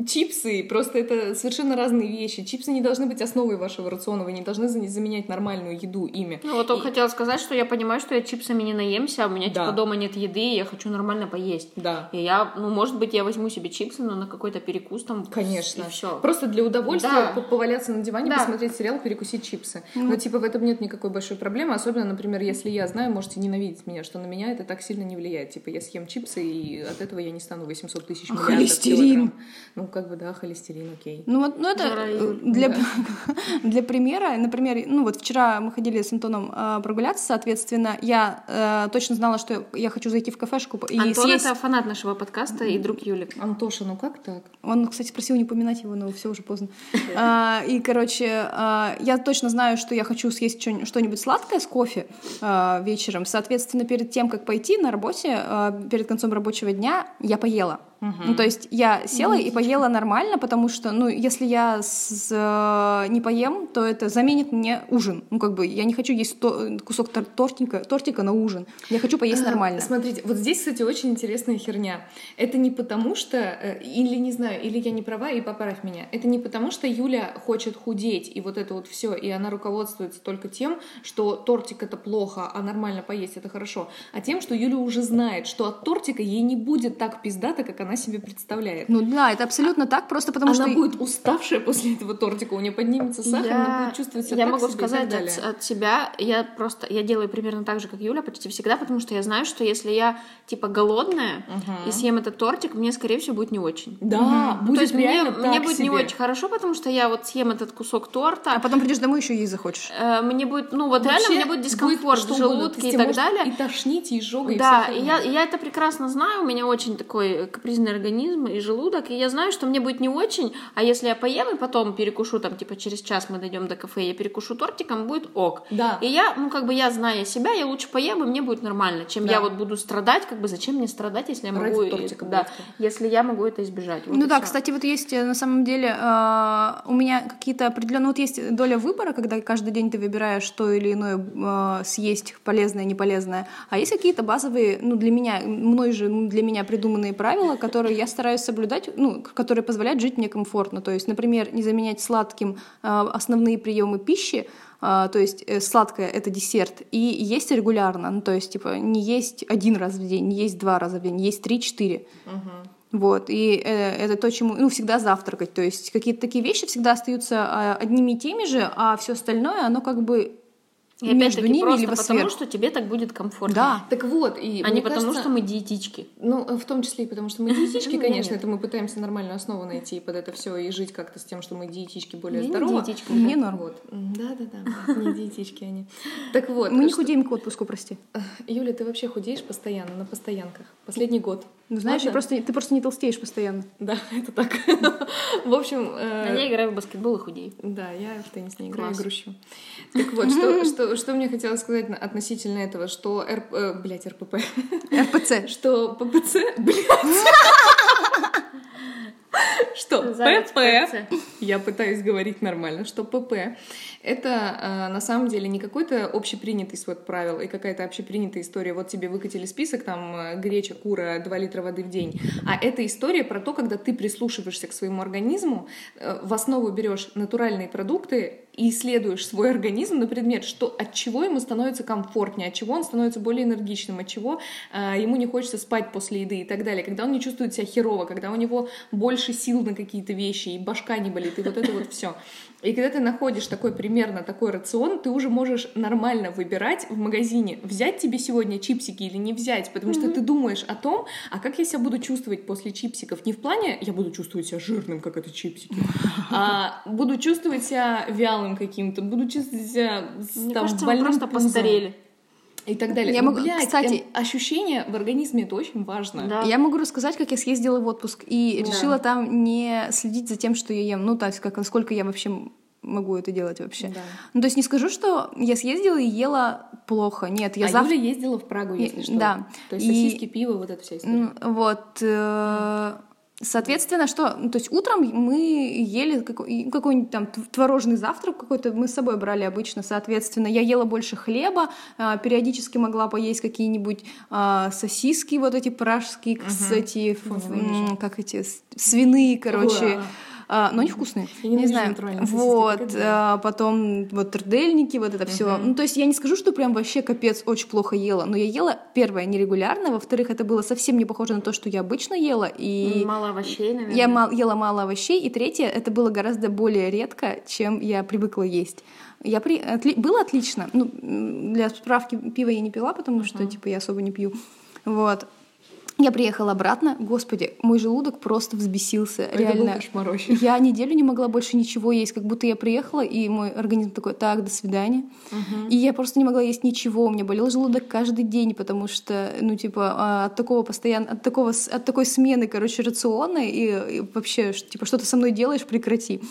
Speaker 2: чипсы, просто это совершенно разные вещи. Чипсы не должны быть основой вашего рациона, вы не должны за- заменять нормальную еду ими.
Speaker 1: Ну вот только хотела сказать, что я понимаю, что я чипсами не наемся, а у меня
Speaker 2: Да.
Speaker 1: типа дома нет еды, и я хочу нормально поесть.
Speaker 2: Да,
Speaker 1: И я, ну, может быть, я возьму себе чипсы, но на какой-то перекус там.
Speaker 2: конечно.
Speaker 1: И все.
Speaker 2: Просто для удовольствия
Speaker 1: Да.
Speaker 2: по- поваляться на на диване,
Speaker 3: Да.
Speaker 2: посмотреть сериал, перекусить чипсы.
Speaker 3: Ну.
Speaker 2: Но типа в этом нет никакой большой проблемы, особенно, например, если я знаю, можете ненавидеть меня, что на меня это так сильно не влияет. Типа я съем чипсы, и от этого я не стану 800 тысяч
Speaker 3: А
Speaker 2: миллиардов
Speaker 3: холестерин?
Speaker 2: килограмм. Ну как бы да, холестерин, окей.
Speaker 3: Ну вот, ну это
Speaker 1: Жара,
Speaker 3: э,
Speaker 1: Юль,
Speaker 3: для,
Speaker 2: да.
Speaker 3: для примера, например, ну вот вчера мы ходили с Антоном э, прогуляться, соответственно, я э, точно знала, что я хочу зайти в кафешку и
Speaker 1: Антон
Speaker 3: съесть.
Speaker 1: это фанат нашего подкаста и друг Юли.
Speaker 2: Антоша, ну как так?
Speaker 3: Он, кстати, просил не упоминать его, но все уже поздно. А, и, короче, а, я точно знаю, что я хочу съесть чё- что-нибудь сладкое с кофе а, вечером. Соответственно, перед тем, как пойти на работе, а, перед концом рабочего дня, я поела. Ну, то есть я села и поела нормально, потому что, ну, если я с- э, не поем, то это заменит мне ужин. Ну, как бы я не хочу есть то- э, кусок тор- тортика, тортика на ужин. Я хочу поесть
Speaker 2: А,
Speaker 3: нормально.
Speaker 2: Смотрите, вот здесь, кстати, очень интересная херня. Это не потому что, э, или не знаю, или я не права, и поправь меня. Это не потому что Юля хочет худеть, и вот это вот все, и она руководствуется только тем, что тортик это плохо, а нормально поесть это хорошо, а тем, что Юля уже знает, что от тортика ей не будет так пиздато, как она себе представляет.
Speaker 3: Ну да, это абсолютно так, просто потому
Speaker 2: она
Speaker 3: что...
Speaker 2: будет уставшая после этого тортика, у нее поднимется сахар, она будет чувствовать себя
Speaker 1: я
Speaker 2: Ну, так
Speaker 1: могу
Speaker 2: себе и так
Speaker 1: сказать
Speaker 2: далее.
Speaker 1: от, э, от себя, я просто, я делаю примерно так же, как Юля почти всегда, потому что я знаю, что если я, типа, голодная
Speaker 2: Мгм.
Speaker 1: и съем этот тортик, мне, скорее всего, будет не очень.
Speaker 2: Да,
Speaker 1: Ну,
Speaker 2: будет
Speaker 1: То есть мне,
Speaker 2: реально
Speaker 1: мне
Speaker 2: так
Speaker 1: будет не
Speaker 2: себе.
Speaker 1: очень хорошо, потому что я вот съем этот кусок торта,
Speaker 3: А потом придешь домой, еще есть захочешь.
Speaker 1: э, мне будет, ну вот реально
Speaker 2: Вообще
Speaker 1: мне будет дискомфорт
Speaker 2: что
Speaker 1: в
Speaker 2: угодно.
Speaker 1: желудке
Speaker 2: Ты
Speaker 1: и
Speaker 2: себе
Speaker 1: так
Speaker 2: можешь
Speaker 1: далее.
Speaker 2: И тошнить, и жога, и
Speaker 1: Да,
Speaker 2: всё
Speaker 1: и
Speaker 2: херня.
Speaker 1: я, я это прекрасно знаю, у меня очень такой капризный организм и желудок, и я знаю, что мне будет не очень, а если я поем и потом перекушу, там, типа, через час мы дойдем до кафе, я перекушу тортиком, будет ок.
Speaker 2: Да.
Speaker 1: И я, ну, как бы, я знаю себя, я лучше поем, и мне будет нормально, чем
Speaker 2: Да.
Speaker 1: я вот буду страдать, как бы, зачем мне страдать, если я
Speaker 2: Ради
Speaker 1: могу... и-
Speaker 2: тортика
Speaker 1: да,
Speaker 2: блядского.
Speaker 1: если я могу это избежать. Вот
Speaker 3: Ну
Speaker 1: и
Speaker 3: да,
Speaker 1: всё.
Speaker 3: кстати, вот есть э, на самом деле э, у меня какие-то определенные вот есть доля выбора, когда каждый день ты выбираешь то или иное э, съесть полезное, неполезное. А есть какие-то базовые, ну для меня, мной же ну, для меня придуманные правила, которые я стараюсь соблюдать, ну к- которые позволяют жить мне комфортно. То есть, например, не заменять сладким э, основные приемы пищи. а, то есть э, сладкое это десерт и есть регулярно, ну то есть типа не есть один раз в день, не есть два раза в день, не есть три-четыре. Вот, и э, это то, чему, ну, всегда завтракать, то есть какие-то такие вещи всегда остаются э, одними и теми же, а все остальное, оно как бы
Speaker 1: И
Speaker 3: между
Speaker 1: опять-таки
Speaker 3: ними
Speaker 1: просто
Speaker 3: либо
Speaker 1: потому,
Speaker 3: сверх.
Speaker 1: что тебе так будет комфортно.
Speaker 3: Да.
Speaker 2: Так вот, и
Speaker 1: А
Speaker 2: мне
Speaker 1: не потому,
Speaker 2: кажется,
Speaker 1: что мы диетички.
Speaker 2: Ну, в том числе и потому, что мы диетички,
Speaker 1: Ну, я
Speaker 2: конечно,
Speaker 1: нет.
Speaker 2: это мы пытаемся нормальную основу найти под это все и жить как-то с тем, что мы диетички более
Speaker 1: Я не
Speaker 2: здоровы.
Speaker 1: диетичка.
Speaker 3: Мне норм.
Speaker 2: Вот. М, Да-да-да, не диетички они. Так вот,
Speaker 3: Мы не
Speaker 2: что-
Speaker 3: худеем к отпуску, прости.
Speaker 2: Юля, ты вообще худеешь постоянно, на постоянках. Последний год.
Speaker 3: Ну, знаешь, я
Speaker 2: Ладно?
Speaker 3: просто, ты просто не толстеешь постоянно.
Speaker 2: Да, это так. В общем... э,
Speaker 1: А Я играю в баскетбол и худею.
Speaker 2: Да, я в теннис не играю,
Speaker 1: Класс.
Speaker 2: грущу. Так вот, что, что, что мне хотелось сказать на- относительно этого, что РП... э, блядь, РПП.
Speaker 3: РПЦ.
Speaker 2: Что ППЦ... Блядь! Что
Speaker 1: Заяц
Speaker 2: ПП...
Speaker 1: ППЦ.
Speaker 2: Я пытаюсь говорить нормально, что ПП это э, на самом деле не какой-то общепринятый свод правил и какая-то общепринятая история. Вот тебе выкатили список, там э, греча, кура, 2 литра воды в день. А это история про то, когда ты прислушиваешься к своему организму, э, в основу берешь натуральные продукты и исследуешь свой организм на предмет, что от чего ему становится комфортнее, от чего он становится более энергичным, от чего а, ему не хочется спать после еды и так далее, когда он не чувствует себя херово, когда у него больше сил на какие-то вещи, и башка не болит, и вот это вот все. И когда ты находишь такой примерно такой рацион, ты уже можешь нормально выбирать в магазине, взять тебе сегодня чипсики или не взять, потому что ты думаешь о том, а как я себя буду чувствовать после чипсиков. Не в плане, я буду чувствовать себя жирным, как это чипсики, а буду чувствовать себя вялым каким-то, буду чувствовать себя с,
Speaker 1: Мне
Speaker 2: там,
Speaker 1: кажется, мы
Speaker 2: больным
Speaker 1: просто
Speaker 2: пузом
Speaker 1: постарели.
Speaker 2: и так далее.
Speaker 3: Я
Speaker 2: Ну,
Speaker 3: могу-
Speaker 2: блядь, эм,
Speaker 3: кстати-
Speaker 2: ощущение в организме это очень важно.
Speaker 1: Да.
Speaker 3: Я могу рассказать, как я съездила в отпуск и
Speaker 2: Да.
Speaker 3: решила там не следить за тем, что я ем. Ну, то есть, как, насколько я вообще м- могу это делать вообще.
Speaker 2: Да.
Speaker 3: Ну, то есть не скажу, что я съездила и ела плохо. Нет, я
Speaker 2: а
Speaker 3: завтра...
Speaker 2: Юля ездила в Прагу, если
Speaker 3: И-
Speaker 2: что.
Speaker 3: да.
Speaker 2: То есть
Speaker 3: И- ну,
Speaker 2: сосиски, пиво, вот эта вся история.
Speaker 3: М, Вот. э, Соответственно, что, ну, то есть утром мы ели како- и какой-нибудь там тв- творожный завтрак какой-то, мы с собой брали обычно, соответственно, я ела больше хлеба, а, периодически могла поесть какие-нибудь а, сосиски вот эти пражские, кстати,
Speaker 2: Фоновые
Speaker 3: м, как эти, с- свиные, короче,
Speaker 2: Ура.
Speaker 3: а, но они вкусные.
Speaker 2: Я
Speaker 3: не
Speaker 2: ненавижу
Speaker 3: знаю.
Speaker 2: натуральные сосиски,
Speaker 3: Вот,
Speaker 2: типа, как это?
Speaker 3: а, потом вот трдельники, вот это все.
Speaker 2: Мгм.
Speaker 3: Ну, то есть я не скажу, что прям вообще капец очень плохо ела, но я ела, первое, нерегулярно, во-вторых, это было совсем не похоже на то, что я обычно ела, и...
Speaker 1: Мало овощей, наверное.
Speaker 3: Я мал- ела мало овощей, и третье, это было гораздо более редко, чем я привыкла есть. Я при... отли- Было отлично. Ну, м, для справки, пиво я не пила, потому что, типа, я особо не пью. Вот. Я приехала обратно, господи, мой желудок просто взбесился,
Speaker 2: Это был
Speaker 3: реально.
Speaker 2: кошмар вообще.
Speaker 3: Я неделю не могла больше ничего есть, как будто я приехала, и мой организм такой, так, до свидания. И я просто не могла есть ничего, у меня болел желудок каждый день, потому что, ну, типа, а, от такого постоянно, от, такого, с- от такой смены, короче, рациона, и, и вообще, ш- типа, что ты со мной делаешь, прекрати.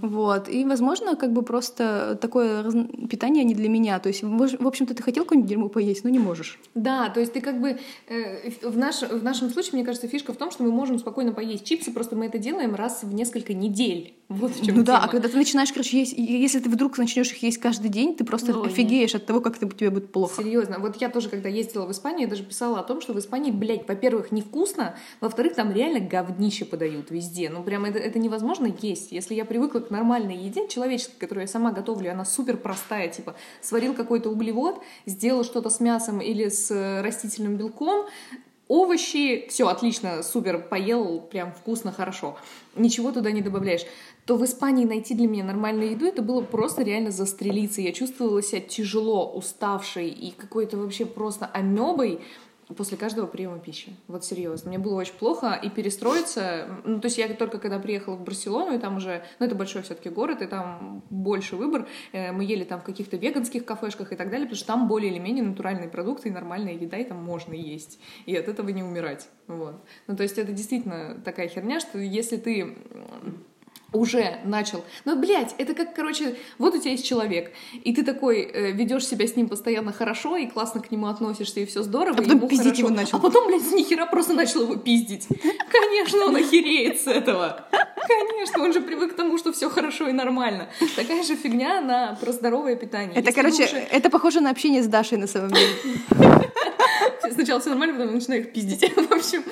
Speaker 3: Вот. И, возможно, как бы просто такое разн- питание не для меня. То есть, мож- в общем-то, ты хотел какое-нибудь дерьмо поесть, но не можешь.
Speaker 2: Да, то есть ты как бы э, в, наш, в нашем случае, мне кажется, фишка в том, что мы можем спокойно поесть чипсы, просто мы это делаем раз в несколько недель. Вот в чем
Speaker 3: Ну да, а
Speaker 2: тема.
Speaker 3: когда ты начинаешь, короче, есть, и если ты вдруг начнешь их есть каждый день, ты просто
Speaker 2: Ну,
Speaker 1: Ой, нет.
Speaker 3: офигеешь от того, как ты- тебе будет плохо.
Speaker 2: Серьезно, вот я тоже, когда ездила в Испанию, я даже писала о том, что в Испании, блядь, во-первых, невкусно, во-вторых, там реально говнище подают везде. Ну, прям это, это невозможно есть. Если я привыкла к нормальной еде, человеческой, которую я сама готовлю, она супер простая, типа, сварил какой-то углевод, сделал что-то с мясом или с э, растительным белком, овощи, все отлично, супер, поел, прям вкусно, хорошо. Ничего туда не добавляешь. То в Испании найти для меня нормальную еду, это было просто реально застрелиться. Я чувствовала себя тяжело, уставшей и какой-то вообще просто амебой после каждого приема пищи. Вот серьезно. Мне было очень плохо, и перестроиться... Ну, то есть я только когда приехала в Барселону, и там уже... Ну, это большой все-таки город, и там больше выбор. Э, Мы ели там в каких-то веганских кафешках и так далее, потому что там более или менее натуральные продукты и нормальная еда, и там можно есть. И от этого не умирать. Вот. Ну, то есть это действительно такая херня, что если ты м, уже начал. Но, блядь, это как, короче, вот у тебя есть человек, и ты такой ведешь себя с ним постоянно хорошо, и классно к нему относишься, и все здорово,
Speaker 3: А
Speaker 2: и
Speaker 3: потом
Speaker 2: ему
Speaker 3: пиздить
Speaker 2: хорошо.
Speaker 3: его начал.
Speaker 2: А потом, блядь, с нихера просто начал его пиздить. Конечно, он охереет с этого. Конечно, он же привык к тому, что все хорошо и нормально. Такая же фигня на про здоровое питание.
Speaker 3: Это,
Speaker 2: Если вы
Speaker 3: короче,
Speaker 2: уже
Speaker 3: это похоже на общение с Дашей на самом деле.
Speaker 2: Сначала все нормально, потом я начинаю их пиздить. В общем,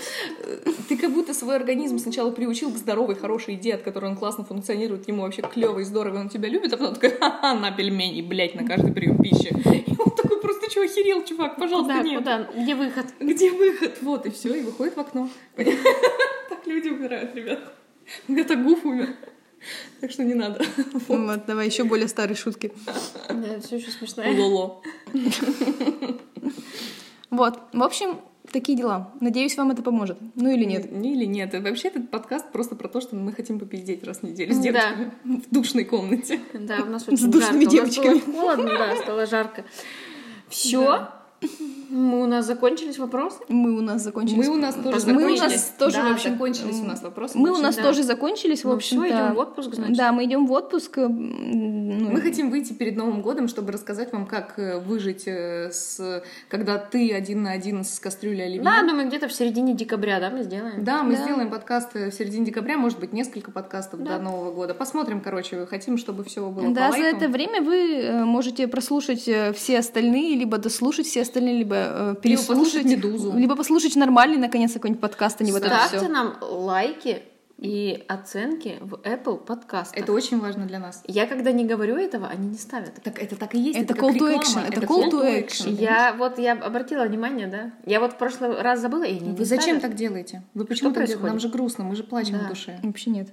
Speaker 2: э, ты как будто свой организм сначала приучил к здоровой, хорошей еде, от которой он классно функционирует, ему вообще клево и здорово, и он тебя любит, а потом такой, ха-ха, на пельмени, блядь, на каждый прием пищи. И он такой, просто что, охерел, чувак, пожалуйста,
Speaker 1: Куда,
Speaker 2: нет.
Speaker 1: куда? Где выход?
Speaker 2: Где выход? Вот, и все, и выходит в окно. Понимаешь? Так люди умирают, ребят. У меня так гуф умер. Так что не надо.
Speaker 3: Вот, давай еще более старые шутки.
Speaker 1: Да, все еще смешно.
Speaker 2: Лоло.
Speaker 3: Вот, в общем, такие дела. Надеюсь, вам это поможет. Ну или нет.
Speaker 2: Не или нет. И Вообще этот подкаст просто про то, что мы хотим попиздеть раз в неделю с
Speaker 3: Ну
Speaker 1: Да.
Speaker 2: девочками в душной комнате.
Speaker 1: Да, у нас
Speaker 3: С
Speaker 1: очень жарко.
Speaker 3: душными
Speaker 1: У нас было
Speaker 3: девочками.
Speaker 1: холодно, да, стало жарко. Все. Мы у нас закончились вопросы.
Speaker 3: Мы у нас закончились.
Speaker 2: Мы у нас тоже
Speaker 3: Мы у
Speaker 2: закончились.
Speaker 3: нас тоже,
Speaker 2: Да,
Speaker 3: в общем,
Speaker 2: закончились у нас вопросы.
Speaker 3: Мы у
Speaker 2: больше
Speaker 3: нас
Speaker 1: да.
Speaker 3: тоже закончились, в
Speaker 1: Ну, всё,
Speaker 3: общем-то.
Speaker 1: идём в отпуск, значит.
Speaker 3: Да, мы идем в отпуск. э, м, ну,
Speaker 2: Мы хотим выйти перед Новым годом, чтобы рассказать вам, как э, выжить, э, с, когда ты один на один с кастрюлей оливье.
Speaker 1: Да, думаю, Ну, где-то в середине декабря, да, мы сделаем.
Speaker 2: Да, мы
Speaker 3: Да.
Speaker 2: сделаем подкаст э, в середине декабря, может быть, несколько подкастов
Speaker 1: Да.
Speaker 2: до Нового года. Посмотрим, короче, хотим, чтобы все было
Speaker 3: Да,
Speaker 2: по
Speaker 3: за
Speaker 2: лайкам.
Speaker 3: это время вы э, можете прослушать э, все остальные, либо дослушать все остальные, либо э, переслушать.
Speaker 2: послушать «Медузу».
Speaker 3: Либо послушать нормальный, наконец, какой-нибудь подкаст, а не вот это
Speaker 1: Ставьте
Speaker 3: все.
Speaker 1: нам лайки и оценки в Apple подкастах.
Speaker 2: Это очень важно для нас.
Speaker 1: Я когда не говорю этого, они не ставят.
Speaker 2: Так это так и есть.
Speaker 3: Это
Speaker 2: как
Speaker 3: call to
Speaker 2: реклама,
Speaker 3: action, это call to action.
Speaker 1: Я вот я обратила внимание, да. Я вот в прошлый раз забыла, и они
Speaker 2: Ну, Вы
Speaker 1: не
Speaker 2: зачем
Speaker 1: ставят.
Speaker 2: так делаете? Вы почему так делаете?
Speaker 1: происходит?
Speaker 2: Нам же грустно, мы же плачем
Speaker 1: Да.
Speaker 2: в душе.
Speaker 3: Вообще нет.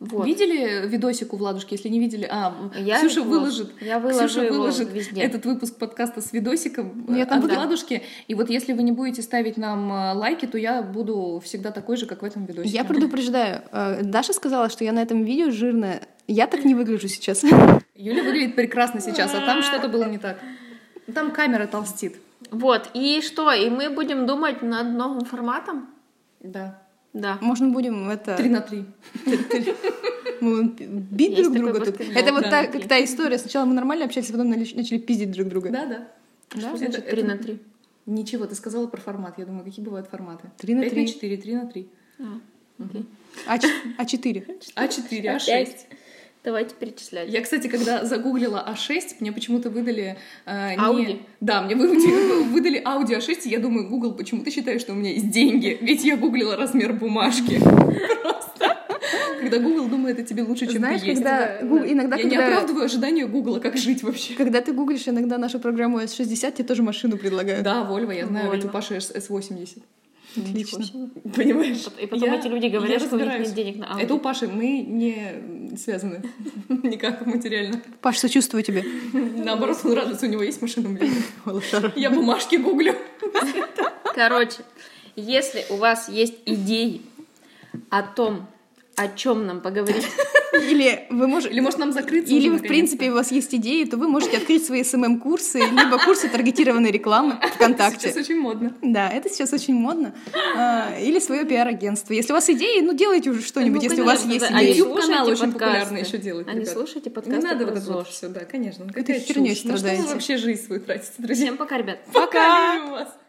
Speaker 1: Вот.
Speaker 2: Видели видосик у Владушки? Если не видели, а,
Speaker 1: Я
Speaker 2: Ксюша
Speaker 1: вот,
Speaker 2: выложит.
Speaker 1: Я выложу
Speaker 2: Ксюша
Speaker 1: его
Speaker 2: выложит
Speaker 1: везде.
Speaker 2: этот выпуск подкаста с видосиком
Speaker 3: Ну, я
Speaker 2: э,
Speaker 3: там
Speaker 2: от
Speaker 1: буду.
Speaker 2: Владушки. И вот если вы не будете ставить нам э, лайки, то я буду всегда такой же, как в этом видосике.
Speaker 3: Я предупреждаю. э, Даша сказала, что я на этом видео жирная. Я так не выгляжу сейчас.
Speaker 2: Юля выглядит прекрасно сейчас, а там что-то было не так. Там камера толстит.
Speaker 1: Вот. И что? И мы будем думать над новым форматом?
Speaker 2: Да.
Speaker 1: Да.
Speaker 3: Можно будем это...
Speaker 2: Три на три.
Speaker 3: мы будем пи- бить
Speaker 1: Есть
Speaker 3: друг
Speaker 1: такой
Speaker 3: друга тут.
Speaker 1: баскетбол,
Speaker 3: Это вот
Speaker 2: да.
Speaker 3: та, как та история. Сначала мы нормально общались, а потом нали- начали пиздить друг друга.
Speaker 2: Да, да.
Speaker 1: Что
Speaker 2: Это-
Speaker 1: значит
Speaker 2: это-
Speaker 1: 3 на 3?
Speaker 2: Ничего, ты сказала про формат. Я думаю, какие бывают форматы?
Speaker 3: Три на
Speaker 2: Пять
Speaker 3: три.
Speaker 2: на четыре, три на три.
Speaker 3: А, ч- а четыре.
Speaker 2: А4, А6.
Speaker 1: Опять. Давайте перечислять.
Speaker 2: Я, кстати, когда загуглила А6, мне почему-то выдали... э, не-
Speaker 1: Ауди?
Speaker 2: Да, мне выдали, выдали Audi А6, и я думаю, Google, почему ты считаешь, что у меня есть деньги? Ведь я гуглила размер бумажки. Просто. Когда когда Google думает о тебе лучше, чем
Speaker 3: Знаешь,
Speaker 2: ты есть.
Speaker 3: когда Да, Гу- да.
Speaker 2: Я
Speaker 3: иногда,
Speaker 2: не
Speaker 3: когда,
Speaker 2: оправдываю ожидания Гугла, как жить вообще.
Speaker 3: когда ты гуглишь иногда нашу программу S60, тебе тоже машину предлагают.
Speaker 2: Да, Вольво, я знаю, ведь у
Speaker 1: Volvo.
Speaker 2: Паши S- S80.
Speaker 3: Отлично.
Speaker 2: Понимаешь?
Speaker 1: И потом
Speaker 2: Я-
Speaker 1: эти люди говорят,
Speaker 2: я
Speaker 1: что у них
Speaker 2: разбираюсь. А
Speaker 1: нет денег на
Speaker 2: Это
Speaker 1: Ауди.
Speaker 2: у Паши, мы не связаны никак материально.
Speaker 3: Паш, сочувствую тебе.
Speaker 2: Наоборот, он радуется, у него есть машина. блин. Я бумажки гуглю.
Speaker 1: Короче, если у вас есть идеи о том, о чем нам поговорить,
Speaker 3: Или вы можете...
Speaker 2: Или может нам закрыться?
Speaker 3: Или,
Speaker 2: уже
Speaker 3: в
Speaker 2: наконец-то?
Speaker 3: принципе, у вас есть идеи, то вы можете открыть свои СММ-курсы, либо курсы таргетированной рекламы
Speaker 2: Сейчас
Speaker 3: ВКонтакте.
Speaker 2: очень модно.
Speaker 3: Да, это сейчас очень модно. А, Или свое пиар-агентство. Если у вас идеи, ну делайте уже что-нибудь,
Speaker 1: Ну,
Speaker 3: если у вас
Speaker 1: понятно,
Speaker 3: есть
Speaker 1: да. А
Speaker 3: идеи.
Speaker 1: YouTube
Speaker 2: YouTube-канал
Speaker 1: слушайте
Speaker 2: очень
Speaker 1: подкасты.
Speaker 2: популярно еще делает,
Speaker 1: а не
Speaker 2: ребят.
Speaker 1: слушайте
Speaker 2: Не
Speaker 1: подкасты
Speaker 2: надо
Speaker 1: про
Speaker 2: вот это вот
Speaker 1: ЗОЖ.
Speaker 2: все, да, конечно. Ну,
Speaker 3: Какой-то
Speaker 2: Какая
Speaker 3: хернёй
Speaker 2: чушь. Ну что вы
Speaker 3: страдаете.
Speaker 2: вообще жизнь свою тратите, друзья?
Speaker 1: Всем пока, ребят.
Speaker 2: Пока! люблю вас.